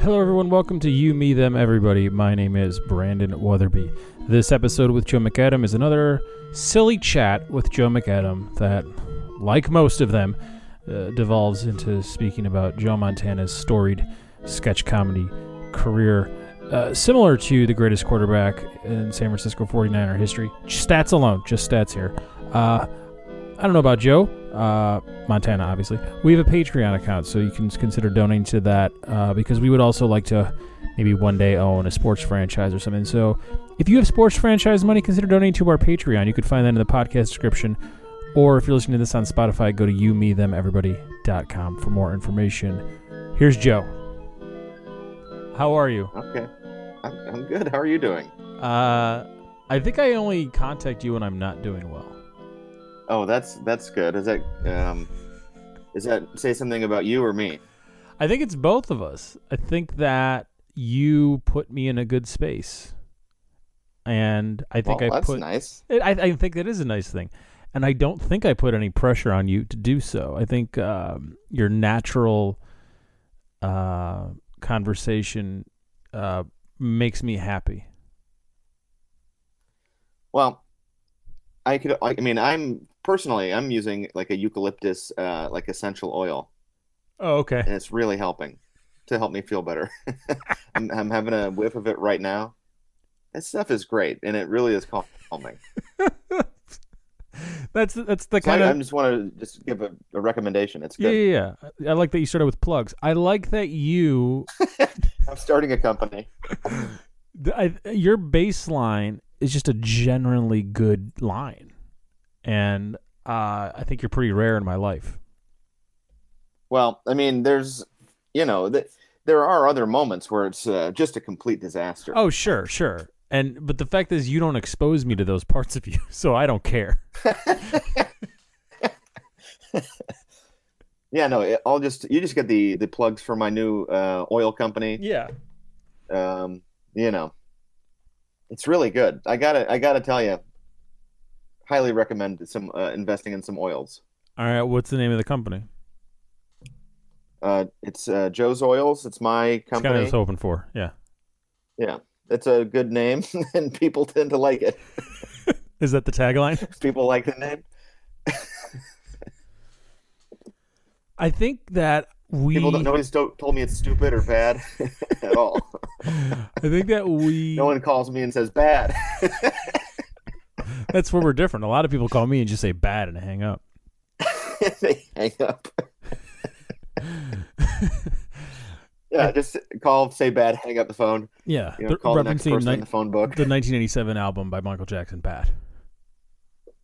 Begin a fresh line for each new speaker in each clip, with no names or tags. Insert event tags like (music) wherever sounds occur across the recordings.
Hello, everyone. Welcome to You, Me, Them, Everybody. My name is Brandon Weatherby. This episode with Joe McAdam is another silly chat with Joe McAdam that, like most of them, uh, devolves into speaking about Joe Montana's storied sketch comedy career. Uh, similar to the greatest quarterback in San Francisco 49er history. Just stats alone, just stats here. Uh, I don't know about Joe, uh, Montana, obviously. We have a Patreon account, so you can consider donating to that uh, because we would also like to maybe one day own a sports franchise or something. So if you have sports franchise money, consider donating to our Patreon. You could find that in the podcast description. Or if you're listening to this on Spotify, go to you, me, them, everybody.com for more information. Here's Joe. How are you?
Okay. I'm, I'm good. How are you doing?
Uh, I think I only contact you when I'm not doing well.
Oh, that's that's good. Is that um, is that say something about you or me?
I think it's both of us. I think that you put me in a good space, and I think
well,
I
that's
put.
nice.
It, I, I think that is a nice thing, and I don't think I put any pressure on you to do so. I think um, your natural uh, conversation uh, makes me happy.
Well, I could. I mean, I'm personally, I'm using like a eucalyptus, uh, like essential oil,
Oh, okay.
(laughs) and it's really helping to help me feel better. (laughs) I'm, I'm having a whiff of it right now. That stuff is great, and it really is calming.
That's that's the
So I,
kind
I
of
just want to just give a, a recommendation. It's
yeah,
good.
yeah, yeah. I like that you started with plugs. I like that you
I'm starting a company.
the, I, your baseline is just a generally good line, and uh, I think you're pretty rare in my life.
Well, I mean, there's, you know, th- there are other moments where it's uh, just a complete disaster.
Oh, sure, sure. And but the fact is, you don't expose me to those parts of (laughs) you, so I don't care.
Yeah, no, it, I'll just you just get the the plugs for my new uh, oil company.
Yeah.
Um, you know, it's really good. I gotta I gotta tell you, highly recommend some uh, investing in some oils.
All right. What's the name of the company?
Uh, it's uh, Joe's Oils. It's my
It's kind of
company.
was hoping for. Yeah.
yeah, it's a good name, (laughs) and people tend to like it.
Is that the tagline?
People like the name.
(laughs) I think that we.
People don't, nobody's to- told me it's stupid or bad (laughs) at all.
(laughs) I think that we.
(laughs) No one calls me and says bad.
(laughs)
(laughs)
That's where we're different. A lot of people call me and just say bad and hang up. (laughs)
they (laughs) hang up. yeah, just call, say bad, hang up the phone.
Yeah.
You know,
They're
call the next
referencing
person in
ni-
the
(laughs)
phone book.
the 1987 album by Michael Jackson, Bad.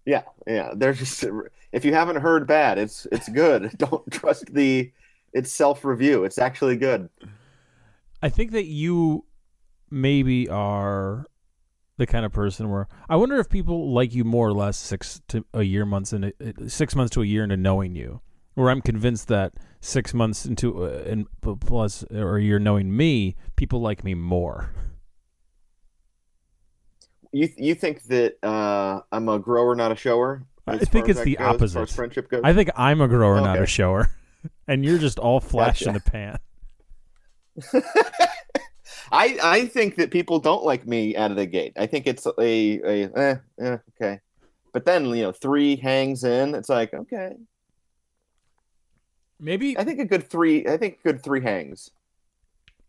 Yeah, yeah. They're just if you haven't heard bad, it's it's good. (laughs) Don't trust the it's self review. It's actually good.
I think that you maybe are the kind of person where I wonder if people like you more or less six to a year months into six months to a year into knowing you, where I'm convinced that six months into uh, and p- plus or a year knowing me, people like me more.
You you think that uh, I'm a grower, not a shower?
I
As
think
far as
it's
that
the
goes, As far as
opposite.
friendship goes.
I think I'm a grower, not a
Okay.
shower, (laughs) and you're just all flash in the pan.
I I think that people don't like me out of the gate. I think it's a a eh, eh, okay, but then you know three hangs in. It's like okay,
Maybe
I think a good three. I think a good three hangs.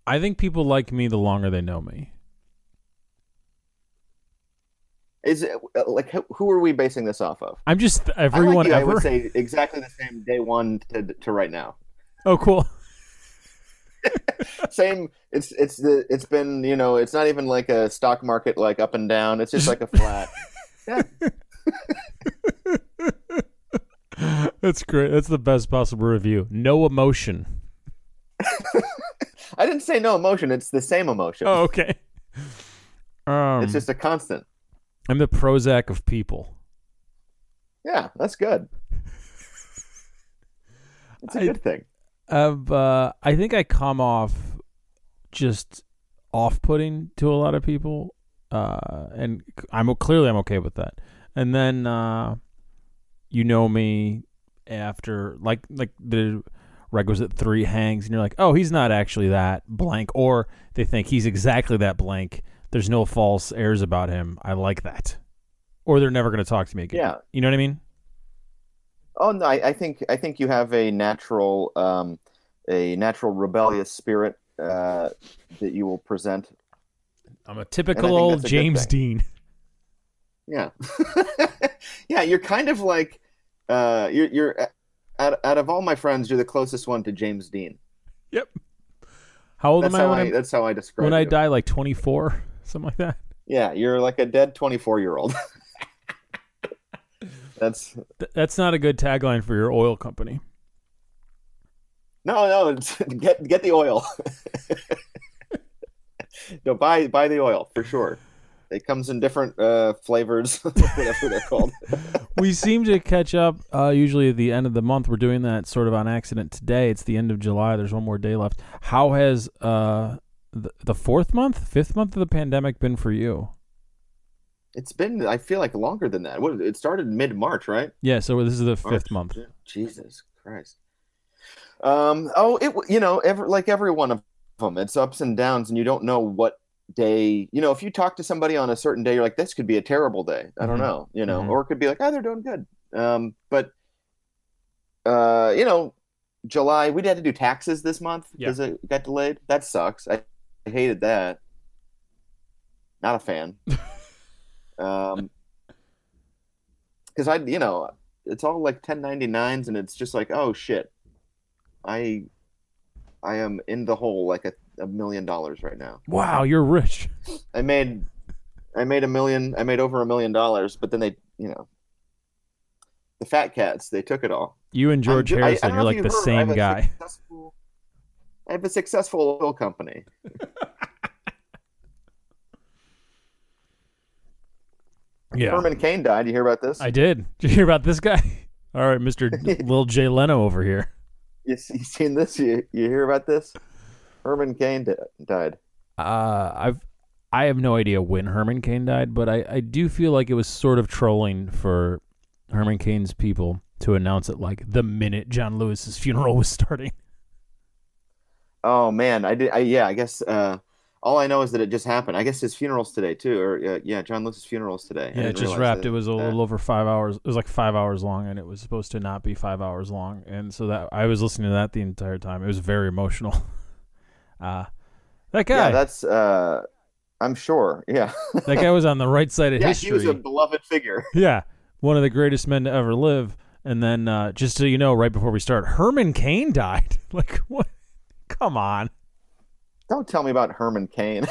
I think people like me the longer they know me.
Is it uh, like who- who are we basing this off of?
I'm just
I like
everyone
you, I
ever.
would say exactly the same day one to, to right now.
(laughs) oh, cool. (laughs)
Same. It's it's the it's been you know it's not even like a stock market like up and down. It's just like
(laughs)
a flat.
That's great. That's the best possible review. No emotion.
I didn't say no emotion. It's the same
(laughs)
emotion.
Oh, okay. Um,
It's just a constant.
I'm the Prozac of people.
Yeah, that's good. It's a
I-
good thing.
Of, uh, I think I come off just off-putting to a lot of people, uh, and I'm clearly I'm okay with that. And then uh, you know me after like like the requisite three hangs, and you're like, oh, he's not actually that blank, or they think he's exactly that blank. There's no false airs about him. I like that. Or they're never going to talk to me again.
Yeah.
You know what I mean?
Oh no, I, I think I think you have a natural um, a natural rebellious spirit uh, that you will present.
I'm a
And I
typical
think
old
that's a good
James
thing.
Dean.
Yeah, (laughs) yeah. You're kind of like uh, you're you're out, out of all my friends, you're the closest one to James Dean.
How old
That's
am I
how
when,
I,
I'm-
that's how I describe
when I
you.
die? Like 24, (laughs) something like that.
Yeah, you're like a dead 24
(laughs)
year old. That's
Th- that's not a good tagline for your oil company.
no, no. It's, get get the oil. (laughs) no, buy buy the oil for sure. It comes in different uh, flavors, (laughs) whatever they're
(laughs)
called.
we seem to catch up uh, usually at the end of the month. We're doing that sort of on accident today. It's the end of July. There's one more day left. How has uh, the, the fourth month, fifth month of the pandemic been for you?
It's been, I feel like, longer than that. What it started mid March, right?
Yeah, so this is the
March.
fifth month.
Yeah. Jesus Christ. Um. Oh, it. You know, every, like every one of them, it's ups and downs, and you don't know what day. You know, if you talk to somebody on a certain day, you're like, this could be a terrible day. I don't
Mhm.
know. You know,
Mhm.
or it could be like, oh, they're doing good. Um. But, uh, you know, July we had to do taxes this month
Yeah.
because it got delayed. That sucks. I, I hated that. Not a fan. um. Because I, you know, it's all like 1099s and it's just like oh shit i i am in the hole like a, a million dollars right now
Wow, you're rich.
i made i made a million i made over a million dollars but then they you know the fat cats they took it all
You and
I'm
George
ju- I- I
Harrison,
don't
you're
know
like
if
the
you've heard, I have
same
a
guy.
successful- i have a successful oil company
Yeah,
herman kane died you hear about this
I did. (laughs) Did you hear about this guy? (laughs) All right,
(laughs)
Mister Lil Jay Leno over here.
you, see- you seen this you, you hear about this herman kane di- died
Uh, I've I have no idea when Herman Cain died, but I, I do feel like it was sort of trolling for Herman Cain's people to announce it like the minute John Lewis's (laughs) funeral was starting.
Oh man, I did. I, yeah, I guess uh, all I know is that it just happened. I guess his funeral's today too, or uh, yeah, John Lewis's funeral's today. I
Yeah, it
didn't
just
realize
wrapped.
that.
It was a
Uh,
little over five hours. It was like five hours long, and it was supposed to not be five hours long. And so that I was listening to that the entire time. It was very emotional. (laughs) Uh, that
yeah,
guy,
that's. Uh, I'm sure. Yeah,
that guy was on the right side of
(laughs) yeah,
history.
he was a beloved figure. (laughs)
Yeah, one of the greatest men to ever live. And then, uh, just so you know, right before we start, Herman Cain died. (laughs) Like, what? Come on,
Don't tell me about Herman Cain.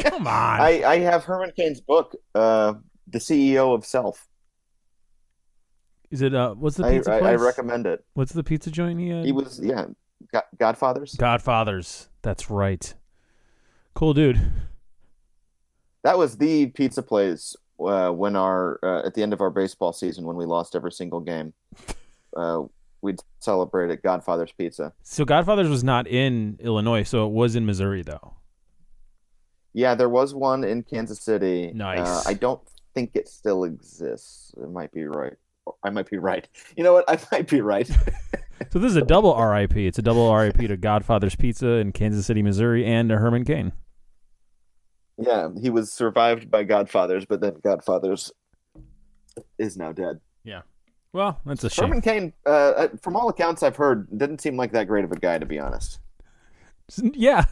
come on.
I, I have Herman Cain's book, uh, "The CEO of Self."
Is it? Uh, what's the
I,
pizza
I, I
place?
recommend it.
what's the pizza joint he had?
He was yeah, God, Godfathers.
Godfathers. That's right. Cool dude.
That was the pizza plays uh, when our uh, at the end of our baseball season when we lost every
(laughs)
single game. Uh, we'd celebrate at Godfather's Pizza.
So Godfathers was not in Illinois, so it was in Missouri though.
Yeah, there was one in Kansas City.
Nice.
Uh, I don't think it still exists. It might be right. I might be right. You know what? I might be right.
So this is a double RIP. It's a double RIP to Godfather's Pizza in Kansas City, Missouri, and to Herman Cain.
yeah, he was survived by Godfathers, but then Godfathers is now dead.
Well, that's a shame.
Herman Cain, uh, uh, from all accounts I've heard, didn't seem like that great of a guy, to be honest.
(laughs) Yeah,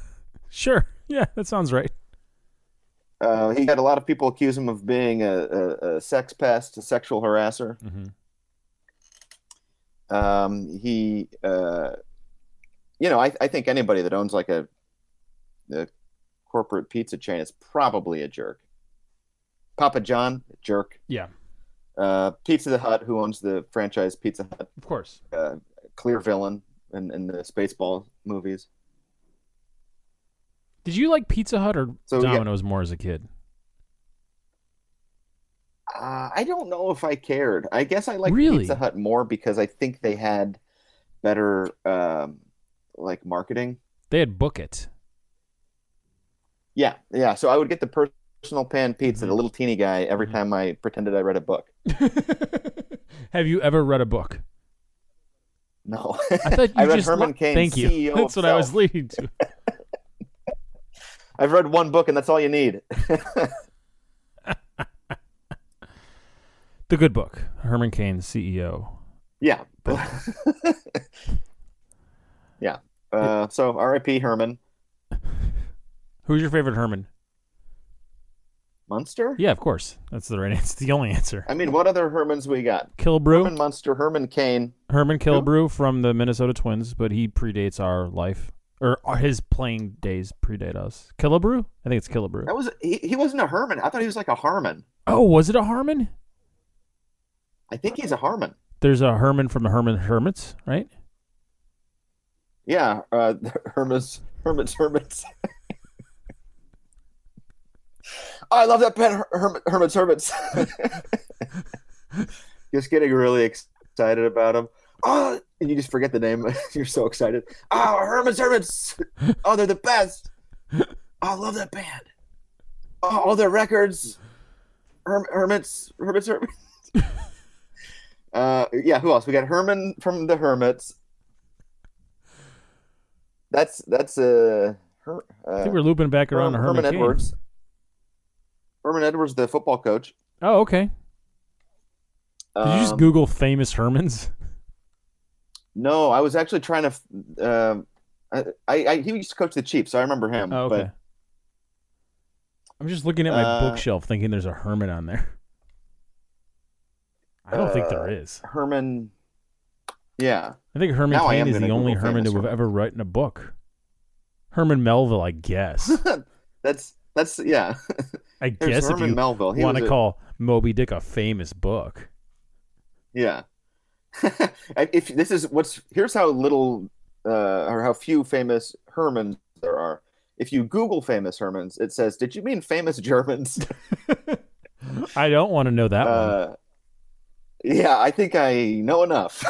sure. Yeah, that sounds right.
Uh, he had a lot of people accuse him of being a, a, a sex pest, a sexual harasser.
Mm-hmm.
um, he uh, you know I, I think anybody that owns like a, a corporate pizza chain is probably a jerk papa john jerk
Yeah.
uh, pizza the hut who owns the franchise pizza hut
Of course.
uh, clear villain in, in the spaceball movies
Did you like Pizza Hut or
So, yeah.
Domino's more as a kid?
uh, i don't know if i cared i guess i like
Really?
pizza hut more because i think they had better um, like marketing
They had Book
(laughs)
It.
Yeah, yeah. So I would get the personal pan pizza, the
Mhm.
little teeny guy, every
Mhm.
time I pretended I read a book.
Have you ever read a book?
No, (laughs)
I thought you
I read
just
Herman E
lo-
Cain,
Thank you.
CEO
(laughs) That's what I was
himself.
leading to.
I've read one book, and that's all you need. (laughs)
The Good Book. Herman Cain, E CEO.
Yeah. (laughs) yeah. Uh, so R.I.P. Herman
Who's your favorite Herman?
Munster.
Yeah, of course. That's the right (laughs) answer. It's the only answer.
I mean, what other Hermans we got?
Oh. Kilbrew.
Herman Munster, Herman Cain.
Herman Kilbrew from the Minnesota Twins, but he predates our life or our- his playing days predate us. Kilbrew? I think it's Kilbrew.
That was he, he wasn't a Herman. I thought he was like a Harmon.
Oh, was it a Harmon?
I think he's a Harmon.
There's a Herman from the Herman Hermits, right?
Yeah, uh, (laughs) Hermes, Hermits, Hermits. Oh, I love that pen, Her- Herm- Hermits, Hermits. (laughs) just getting really excited about him. Oh, and you just forget the name. (laughs) You're so excited. Oh, Hermits, Hermits. Oh, they're the best. Oh, I love that band. Oh, all their records. Herm- Hermits, Hermits, Hermits. (laughs) uh, yeah, who else? We got Herman from the Hermits. That's that's uh, her,
I
uh
think we're looping back around to
Herm-
Herman,
Herman
Cain.
Edwards. Herman Edwards, the football coach.
Oh, okay. Did you just
Um,
Google famous
(laughs)
Hermans?
No, I was actually trying to. f- um I, I, I he used to coach the Chiefs, so I remember him.
Oh, okay.
But
I'm just looking at my
Uh,
bookshelf thinking there's a Herman on there. I don't think there
uh,
is.
Herman, yeah, (laughs)
I think Herman
now I
Cain
am
is
gonna
the only
Google
Herman
famous
that we've
Herman.
ever read in a book. Herman Melville, I guess.
(laughs) that's that's yeah. (laughs)
I
There's
guess if
Herman
you
Melville. He
want
was
to
a-
call Moby Dick a famous book.
yeah. (laughs) I- if this is what's here's how little uh, or how few famous Hermans there are. If you Google famous Hermans, it says, "Did you mean famous Germans?"
I don't want to know that one.
Uh, yeah, I think I know enough.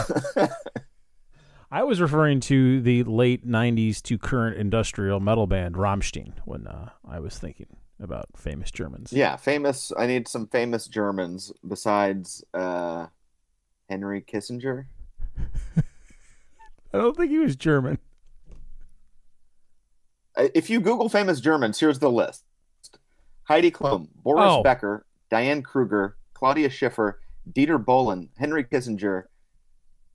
(laughs)
I was referring to the late 90s to current industrial metal band Rammstein when uh, I was thinking about famous Germans.
Yeah, famous. I need some famous Germans besides uh, Henry Kissinger.
I don't think he was German.
I- Uh, If you Google famous Germans, here's the list: Heidi Klum, Boris
Oh.
Becker, Diane Kruger, Claudia Schiffer, Dieter Bohlen, Henry Kissinger,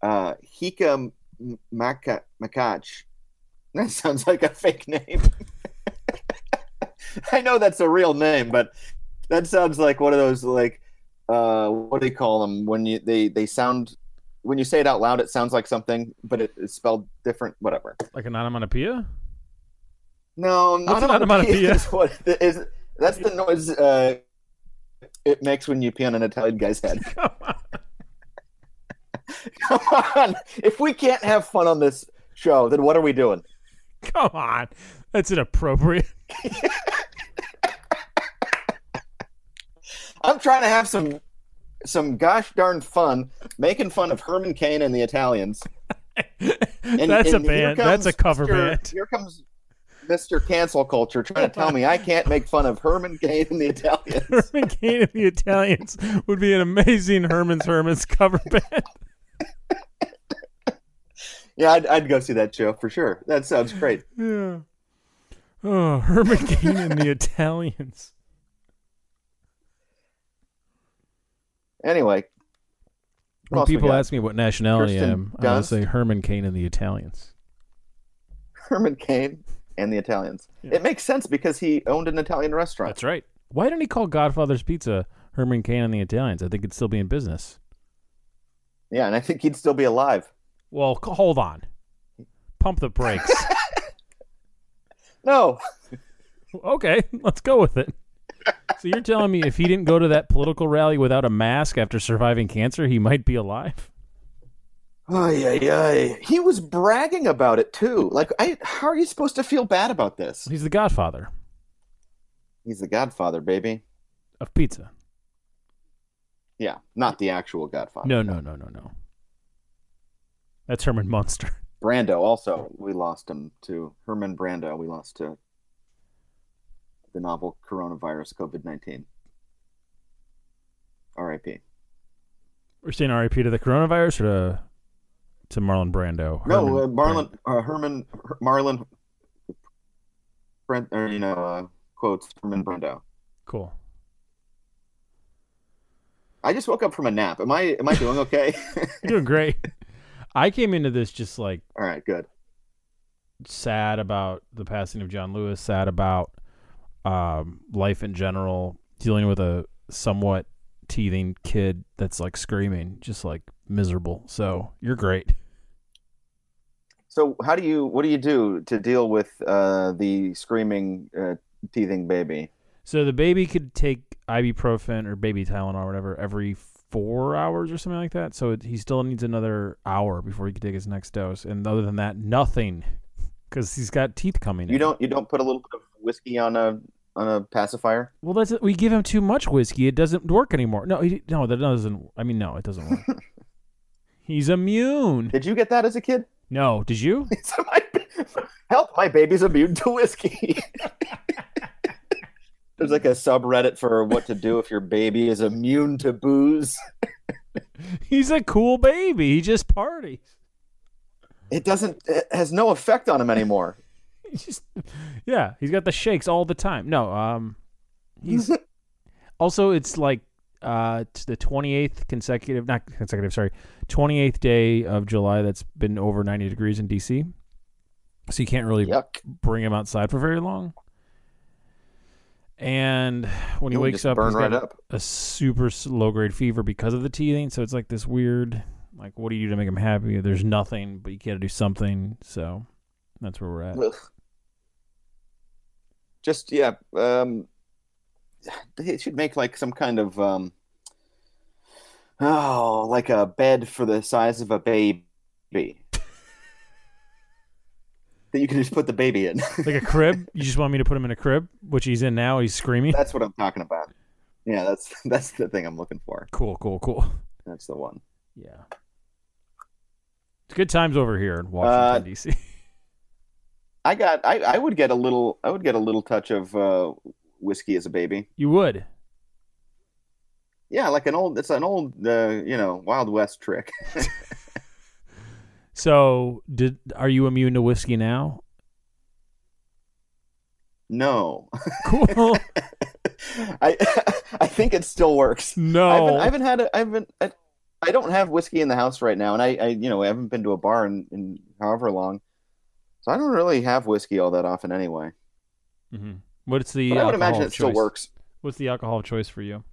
uh, Hika M- Maka- Makach. (laughs) That sounds like a fake name. (laughs) I know that's a real name, but that sounds like one of those like uh, what do they call them when you they they sound when you say it out loud it sounds like something but it, it's spelled different whatever
Like an onomatopoeia? (laughs)
no
What's
not
an onomatopoeia?
That's what it is that's the noise uh, it makes when you pee on an Italian guy's head. (laughs)
Come on.
Come on, if we can't have fun on this show, then what are we doing?
Come on. That's inappropriate. (laughs)
I'm trying to have some some gosh darn fun making fun of Herman Cain and the Italians. And,
That's
and
a
here
band.
comes
That's a cover
Mr.
band.
Here comes Mr. Cancel Culture trying to tell me I can't make fun of Herman Cain and the Italians.
(laughs) Herman Cain and the Italians would be an amazing Herman's Hermits cover band.
Yeah, I'd, I'd go see that show for sure. That sounds great.
Yeah. Oh, Herman Cain and the Italians.
Anyway, What
When
else we
people
got?
ask me what nationality I
Kirsten
am, I want to
Dunst?
say Herman Cain and the Italians.
Herman Cain and the Italians.
Yeah.
It makes sense because he owned an Italian restaurant.
That's right. Why didn't he call Godfather's Pizza Herman Cain and the Italians? I think it'd still be in business.
Yeah, and I think he'd still be alive.
Well, c- hold on. Pump the brakes.
No,
okay, (laughs) let's go with it. So you're telling me if he didn't go to that political rally without a mask after surviving cancer, he might be alive?
Ay, ay, ay. He was bragging about it too. Like, I, how are you supposed to feel bad about this?
He's the Godfather
He's the Godfather, baby.
of pizza.
Yeah, not the actual Godfather.
No, no, no, no, no. That's Herman Munster. (laughs)
Brando also. We lost him to Herman Brando. We lost to the novel coronavirus COVID nineteen. R.I.P.
We're saying RIP to the coronavirus or to to Marlon Brando.
No,
Herman
uh, Marlon uh, Herman Her- Marlon. Brent, or you know, uh, quotes Herman Brando.
Cool.
I just woke up from a nap. Am I am I doing okay? (laughs)
You're doing great. (laughs) I came into this just like
All right, good.
sad about the passing of John Lewis, sad about um, life in general, dealing with a somewhat teething kid that's like screaming, just like miserable. So you're great.
So, how do you what do you do to deal with uh, the screaming, uh, teething baby?
So the baby could take ibuprofen or baby Tylenol or whatever every four hours or something like that. So it, he still needs another hour before he could take his next dose. And other than that, nothing, because he's got teeth coming.
You
in.
don't you don't put a little bit of whiskey on a on a pacifier.
Well, that's it. we give him too much whiskey. It doesn't work anymore. No, he, no, that doesn't. I mean, no, it doesn't work. He's immune.
Did you get that as a kid?
No, did you? (laughs)
(laughs) so my, help, my baby's immune to whiskey. (laughs) There's like a subreddit for what to do if your baby is immune to booze.
He's a cool baby. He just parties. (laughs)
It doesn't it has no effect on him anymore.
He just, yeah, he's got the shakes all the time. No, um, he's also it's like uh it's the 28th consecutive not consecutive sorry 28th day of july that's been over 90 degrees in dc so you can't really
Yuck.
bring him outside for very long. And when he
You'll
wakes
just
up,
burn
he's
right
got
up.
a super low grade fever because of the teething. So it's like this weird, like, what do you do to make him happy? There's nothing, but you got to do something. So that's where we're at.
Ugh. Just yeah, um, they should make like some kind of um, oh, like a bed for the size of a baby (laughs) that you can just put the baby in.
like a crib. You just want me to put him in a crib, which he's in now. He's screaming.
that's what I'm talking about. Yeah, that's (laughs) that's the thing I'm looking for.
Cool, cool, cool.
That's the one.
Yeah. It's good times over here in Washington,
Uh,
D.C.
I got. I, I would get a little. I would get a little touch of uh, whiskey as a baby.
(laughs) You would.
Yeah, like an old. It's an old. Uh, you know, Wild West trick. (laughs)
So, did are you immune to whiskey now?
No, (laughs)
Cool. (laughs)
I (laughs) I think it still works.
no.
I haven't, I haven't had a, I haven't I, I don't have whiskey in the house right now, and I, I you know I haven't been to a bar in, in however long, so I don't really have whiskey all that often anyway.
Mm-hmm. What's the
But I would
alcohol
imagine it
of
still
oh, choice?
works.
What's the alcohol of choice for you?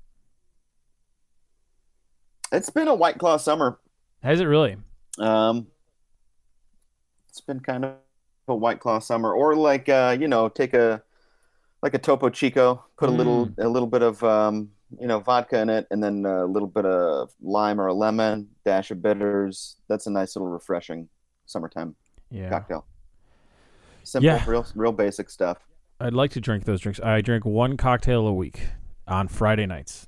It's been a White Claw summer.
Has it really?
Um, it's been kind of a White Claw summer, or like uh, you know take a like a Topo Chico, put a little
Mm.
a little bit of um, you know vodka in it, and then a little bit of lime or a lemon, dash of bitters. That's a nice little refreshing summertime.
Yeah.
cocktail. Simple,
Yeah.
real, real basic stuff.
I'd like to drink those drinks. I drink one cocktail a week on Friday nights.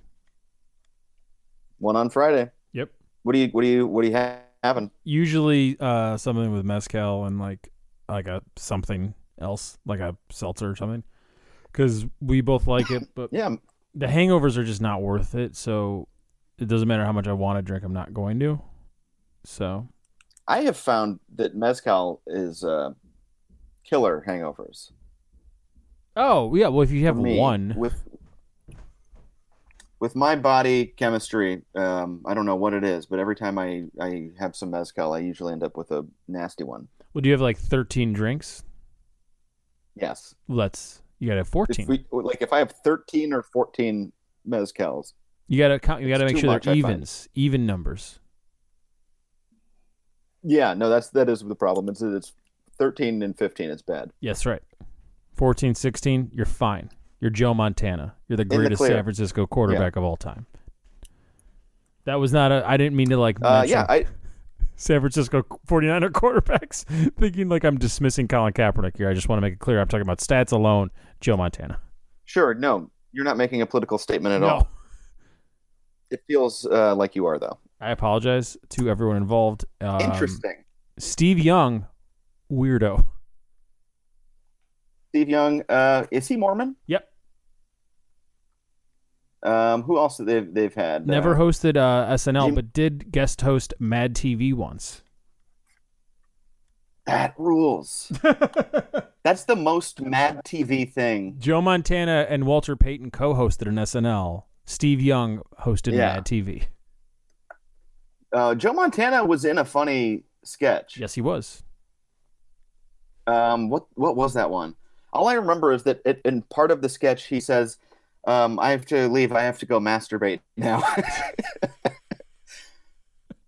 One on Friday.
Yep.
What do you, what do you, what do you have having?
Usually uh, something with mezcal and like like a something else, like a seltzer or something. Because we both like it,
(coughs)
but
Yeah,
the hangovers are just not worth it. So it doesn't matter how much I want to drink, I'm not going to. So
I have found that mezcal is uh, killer hangovers.
oh yeah, well if you have
For me,
one,
with with my body chemistry, um, I don't know what it is, but every time I I have some mezcal, I usually end up with a nasty one.
well do you have like 13 drinks?
Yes,
Well, that's you gotta have 14.
if we like if I have thirteen or fourteen mezcals,
You gotta count. You
It's
gotta make
too
sure
much,
they're
I find.
evens, even numbers.
yeah, no, that's that is the problem. It's that it's thirteen and fifteen is bad.
Yes, right. 14, 16, you're fine. You're Joe Montana. You're the
the
greatest
clear.
San Francisco quarterback of all time. That was not a. I didn't mean to like
Uh,
mention
yeah, I,
San Francisco 49er (laughs) quarterbacks, thinking like I'm dismissing Colin Kaepernick here. I just want to make it clear I'm talking about stats alone. Joe Montana.
Sure. No, you're not making a political statement at
no,
all. It feels uh, like you are, though.
I apologize to everyone involved. Um,
Interesting.
Steve Young, weirdo.
Steve Young, uh, is he Mormon?
Yep.
Um, who else they've they've had?
Never
Uh,
hosted uh, SNL,
Jim-
but did guest host Mad TV once.
that
(laughs)
rules. That's the most Mad TV thing.
Joe Montana and Walter Payton co-hosted an SNL. Steve Young hosted
Yeah.
Mad TV.
Uh, Joe Montana was in a funny sketch.
Yes, he was.
Um, what what was that one? All I remember is that it, in part of the sketch he says, um, "I have to leave. I have to go masturbate now." (laughs)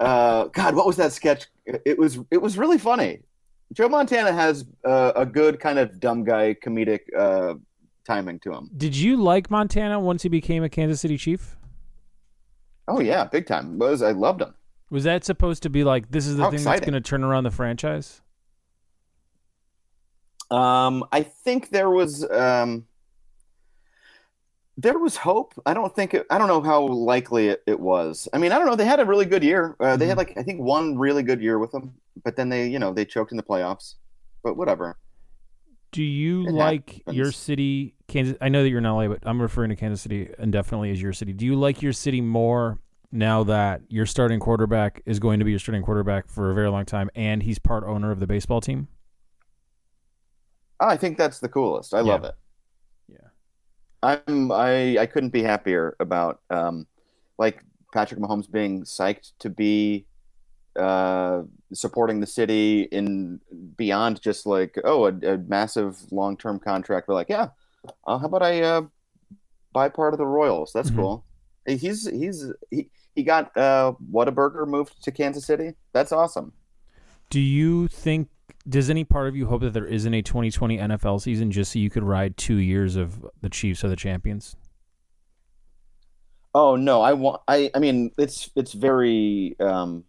uh, God, what was that sketch? It was it was really funny. Joe Montana has uh, a good kind of dumb guy comedic uh, timing to him.
Did you like Montana once he became a Kansas City Chief?
Oh yeah, big time. Was I loved him.
Was that supposed to be like this is the
How
thing that's
exciting.
going to turn around the franchise?
Um, I think there was um, there was hope. I don't think it, I don't know how likely it, it was. I mean, I don't know. They had a really good year. Uh, they had like I think one really good year with them, but then they you know they choked in the playoffs. But whatever.
Do you
It
like your
happens.
city, Kansas? I know that you're in LA, but I'm referring to Kansas City indefinitely as your city. Do you like your city more now that your starting quarterback is going to be your starting quarterback for a very long time, and he's part owner of the baseball team?
Oh, I think that's the coolest. I
Yeah.
love it.
Yeah.
I'm I I couldn't be happier about um, like Patrick Mahomes being psyched to be uh, supporting the city in beyond just like oh a, a massive long term contract. We're like yeah, uh, how about I uh, buy part of the Royals? That's
Mhm.
cool. He's he's he he got uh, Whataburger moved to Kansas City. That's awesome.
Do you think? Does any part of you hope that there isn't a 2020 NFL season just so you could ride two years of the Chiefs are the champions?
Oh no, I want I I mean it's it's very um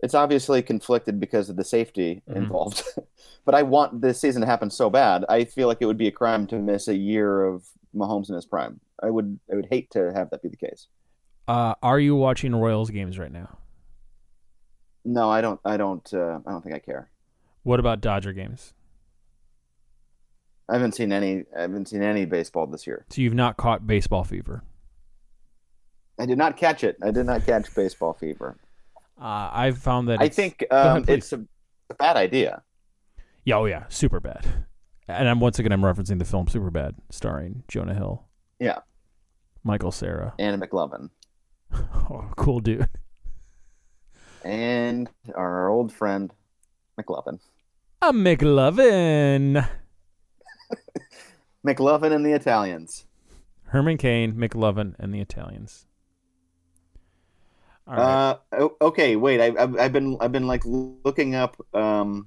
it's obviously conflicted because of the safety
Mhm.
involved. (laughs) But I want this season to happen so bad. I feel like it would be a crime to miss a year of Mahomes in his prime. I would I would hate to have that be the case.
Uh, are you watching Royals games right now?
No, I don't I don't uh, I don't think I care.
What about Dodger games?
I haven't seen any I haven't seen any baseball this year.
So you've not caught baseball fever.
I did not catch it. I did not catch baseball fever.
Uh, I've found that
I
it's- (laughs)
think
ahead,
um
please.
it's a, a bad idea.
Yeah, oh yeah, super bad. And I'm once again I'm referencing the film Superbad, starring Jonah Hill.
Yeah.
Michael Sarah.
Anna McLovin
(laughs) Oh, cool dude.
and our old friend McLovin.
A McLovin.
McLovin and the Italians.
Herman Cain, McLovin, and the Italians. All right.
Uh, o- okay, wait. I, I've, I've been I've been like looking up um,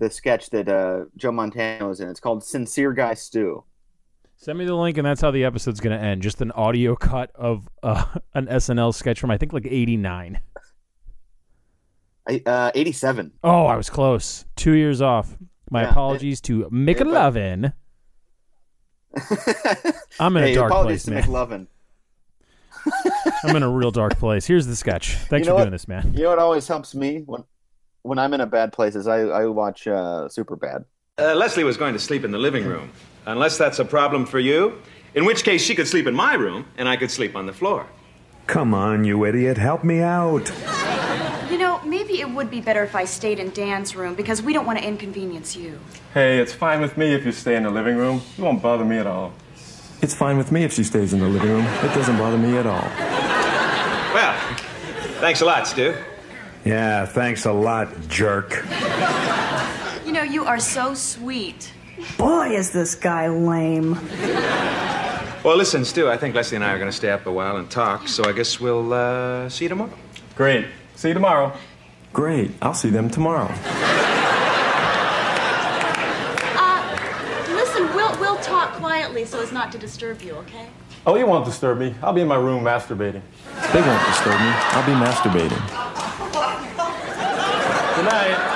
the sketch that uh, Joe Montana was in. It's called "Sincere Guy Stew."
Send me the link, and that's how the episode's going to end. Just an audio cut of uh, (laughs) an SNL sketch from I think like '89.
I, uh, Eighty-seven. (laughs)
Oh, I was close. Two years off. My
Yeah, it-
apologies to McLovin. I'm in
Hey,
a dark
apologies
place,
to
man.
McLovin.
I'm in a real dark place. Here's the sketch. Thanks
(laughs) You know
for
what?
doing this, man.
You know what always helps me when when I'm in a bad place is I I watch uh, Super Bad.
Uh, Leslie was going to sleep in the living room, unless that's a problem for you. In which case, she could sleep in my room, and I could sleep on the floor.
Come on, you idiot, help me out.
You know, maybe it would be better if I stayed in Dan's room because we don't want to inconvenience you.
Hey, it's fine with me if you stay in the living room. You won't bother me at all.
It's fine with me if she stays in the living room. It doesn't bother me at all.
Well, thanks a lot, Stu.
Yeah, thanks a lot, jerk.
You know, you are so sweet.
Boy, is this guy lame.
Well, listen, Stu, I think Leslie and I are going to stay up a while and talk, so I guess we'll uh, see you tomorrow.
Great. See you tomorrow.
Great, I'll see them tomorrow.
Listen, we'll we'll talk quietly so as not to disturb you, okay?
Oh, you won't disturb me. I'll be in my room masturbating.
They won't disturb me. I'll be masturbating.
Good night.